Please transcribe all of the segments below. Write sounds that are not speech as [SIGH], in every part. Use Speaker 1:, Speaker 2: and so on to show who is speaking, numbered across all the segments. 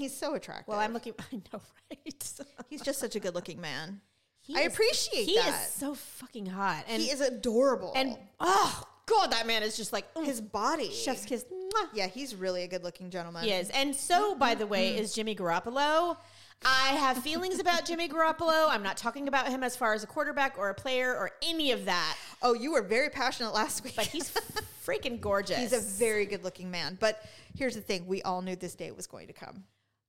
Speaker 1: He's so attractive.
Speaker 2: Well,
Speaker 1: [LAUGHS]
Speaker 2: I'm looking. I know, right?
Speaker 1: He's just such a good-looking man.
Speaker 2: He
Speaker 1: I appreciate
Speaker 2: he
Speaker 1: that.
Speaker 2: is so fucking hot, [LAUGHS] and
Speaker 1: he is adorable.
Speaker 2: and oh god, that man is just like mm,
Speaker 1: his body.
Speaker 2: chef's kiss. Mwah.
Speaker 1: Yeah, he's really a good-looking gentleman.
Speaker 2: He is, and
Speaker 1: Mm-hmm.
Speaker 2: so by the way, is Jimmy Garoppolo. I have feelings about Jimmy Garoppolo. I'm not talking about him as far as a quarterback or a player or any of that,
Speaker 1: Oh, you were very passionate last week.
Speaker 2: but he's freaking
Speaker 1: [LAUGHS]
Speaker 2: gorgeous.
Speaker 1: he's a very good-looking man. But here's the thing: we all knew this day was going to come.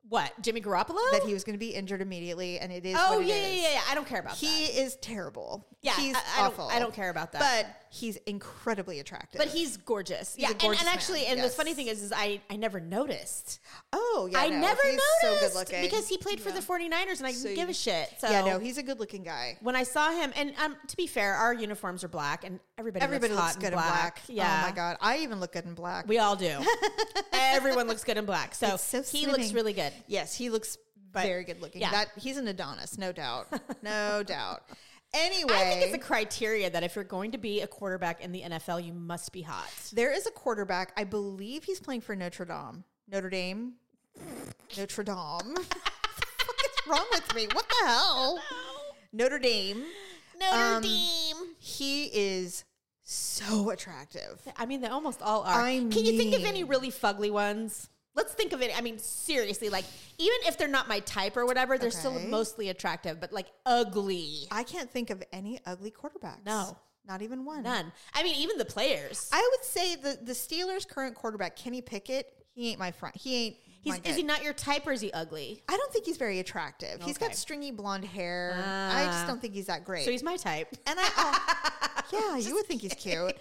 Speaker 2: what Jimmy Garoppolo?
Speaker 1: That he was going to be injured immediately, and it is.
Speaker 2: oh
Speaker 1: what it
Speaker 2: yeah, yeah,
Speaker 1: is.
Speaker 2: yeah, yeah. I don't care about that.
Speaker 1: He is terrible.
Speaker 2: Yeah,
Speaker 1: he's
Speaker 2: I- I don't-
Speaker 1: awful.
Speaker 2: I don't care about that.
Speaker 1: But he's incredibly attractive.
Speaker 2: But he's gorgeous.
Speaker 1: He's a
Speaker 2: yeah, and-
Speaker 1: gorgeous
Speaker 2: and,
Speaker 1: man,
Speaker 2: actually, and
Speaker 1: yes.
Speaker 2: the funny thing is, is I, I never noticed.
Speaker 1: oh yeah,
Speaker 2: I
Speaker 1: no,
Speaker 2: never
Speaker 1: he's So
Speaker 2: noticed
Speaker 1: good looking
Speaker 2: because he played for the 49ers, and I didn't
Speaker 1: So
Speaker 2: give
Speaker 1: you-
Speaker 2: a shit. So
Speaker 1: yeah, no, he's a good-looking guy.
Speaker 2: when I saw him, and um, to be fair, our uniforms are black, and everybody
Speaker 1: Everybody
Speaker 2: looks,
Speaker 1: looks
Speaker 2: hot
Speaker 1: good
Speaker 2: in black.
Speaker 1: in black.
Speaker 2: Yeah,
Speaker 1: Oh my god, I even look good in black.
Speaker 2: we
Speaker 1: [LAUGHS]
Speaker 2: all do. Everyone looks good in black, so,
Speaker 1: It's so
Speaker 2: he looks
Speaker 1: slimming.
Speaker 2: really good.
Speaker 1: yes, he looks very good-looking.
Speaker 2: yeah.
Speaker 1: That he's an Adonis, no
Speaker 2: [LAUGHS]
Speaker 1: doubt, no doubt. Anyway,
Speaker 2: I think it's a criteria that if you're going to be a quarterback in the NFL, you must be hot.
Speaker 1: there is a quarterback. I believe he's playing for Notre Dame. Notre Dame. Notre Dame. [LAUGHS] what the fuck is wrong with me? What the hell? Notre Dame.
Speaker 2: Notre
Speaker 1: Um,
Speaker 2: Dame.
Speaker 1: He is so attractive.
Speaker 2: I mean, they almost all are.
Speaker 1: I
Speaker 2: Can you think of
Speaker 1: mean-
Speaker 2: any really fugly ones? Let's think of it. I mean, seriously, like even if they're not my type or whatever, they're still
Speaker 1: Okay.
Speaker 2: mostly attractive, but like ugly.
Speaker 1: I can't think of any ugly quarterbacks.
Speaker 2: No.
Speaker 1: Not even one.
Speaker 2: None. I mean, even the players.
Speaker 1: I would say the the Steelers' current quarterback, Kenny Pickett, he ain't my friend. He ain't.
Speaker 2: He's,
Speaker 1: my
Speaker 2: is he
Speaker 1: good.
Speaker 2: not your type or is he ugly?
Speaker 1: I don't think he's very attractive. He's
Speaker 2: Okay.
Speaker 1: got stringy blonde hair. I
Speaker 2: Ah.
Speaker 1: just don't think he's that great.
Speaker 2: So he's my type.
Speaker 1: And I,
Speaker 2: [LAUGHS]
Speaker 1: oh, yeah, you would think he's cute.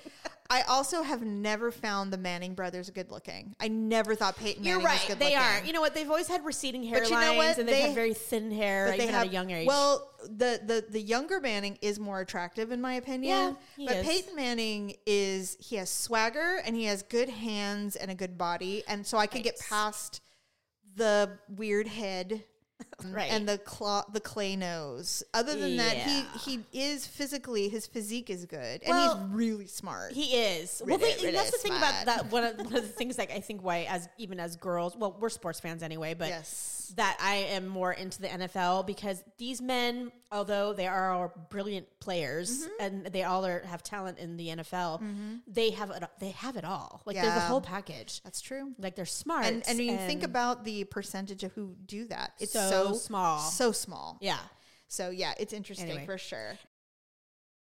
Speaker 1: I also have never found the Manning brothers good looking. I never thought Peyton Manning
Speaker 2: You're right.
Speaker 1: was good
Speaker 2: They
Speaker 1: looking.
Speaker 2: are. You know what? They've always had receding hairlines
Speaker 1: you know what?
Speaker 2: and they've had
Speaker 1: They-
Speaker 2: very thin hair
Speaker 1: But
Speaker 2: even at a young age.
Speaker 1: Well, the, the the younger Manning is more attractive in my opinion.
Speaker 2: Yeah, he
Speaker 1: but
Speaker 2: is.
Speaker 1: Peyton Manning is he has swagger and he has good hands and a good body, and so I could get
Speaker 2: Right.
Speaker 1: past the weird head.
Speaker 2: Right.
Speaker 1: And the claw, the clay nose. Other than
Speaker 2: Yeah.
Speaker 1: that, he he is physically his physique is good, and
Speaker 2: Well,
Speaker 1: he's really smart.
Speaker 2: He is. Well,
Speaker 1: Really,
Speaker 2: they, and that's the
Speaker 1: really
Speaker 2: thing about
Speaker 1: smart. [LAUGHS]
Speaker 2: that. One of, one of the things, like I think, why as even as girls, well, we're sports fans anyway, but
Speaker 1: Yes.
Speaker 2: that I am more into the NFL because these men, although they are all brilliant players
Speaker 1: Mm-hmm.
Speaker 2: and they all are have talent in the NFL, they have it. They have it all. Like they're the
Speaker 1: Yeah.
Speaker 2: whole package.
Speaker 1: That's true.
Speaker 2: Like they're smart.
Speaker 1: And and when you think
Speaker 2: and-
Speaker 1: about the percentage of who do that, it's
Speaker 2: So
Speaker 1: so,
Speaker 2: small.
Speaker 1: so small.
Speaker 2: yeah.
Speaker 1: So yeah, it's interesting
Speaker 2: Anyway.
Speaker 1: for sure.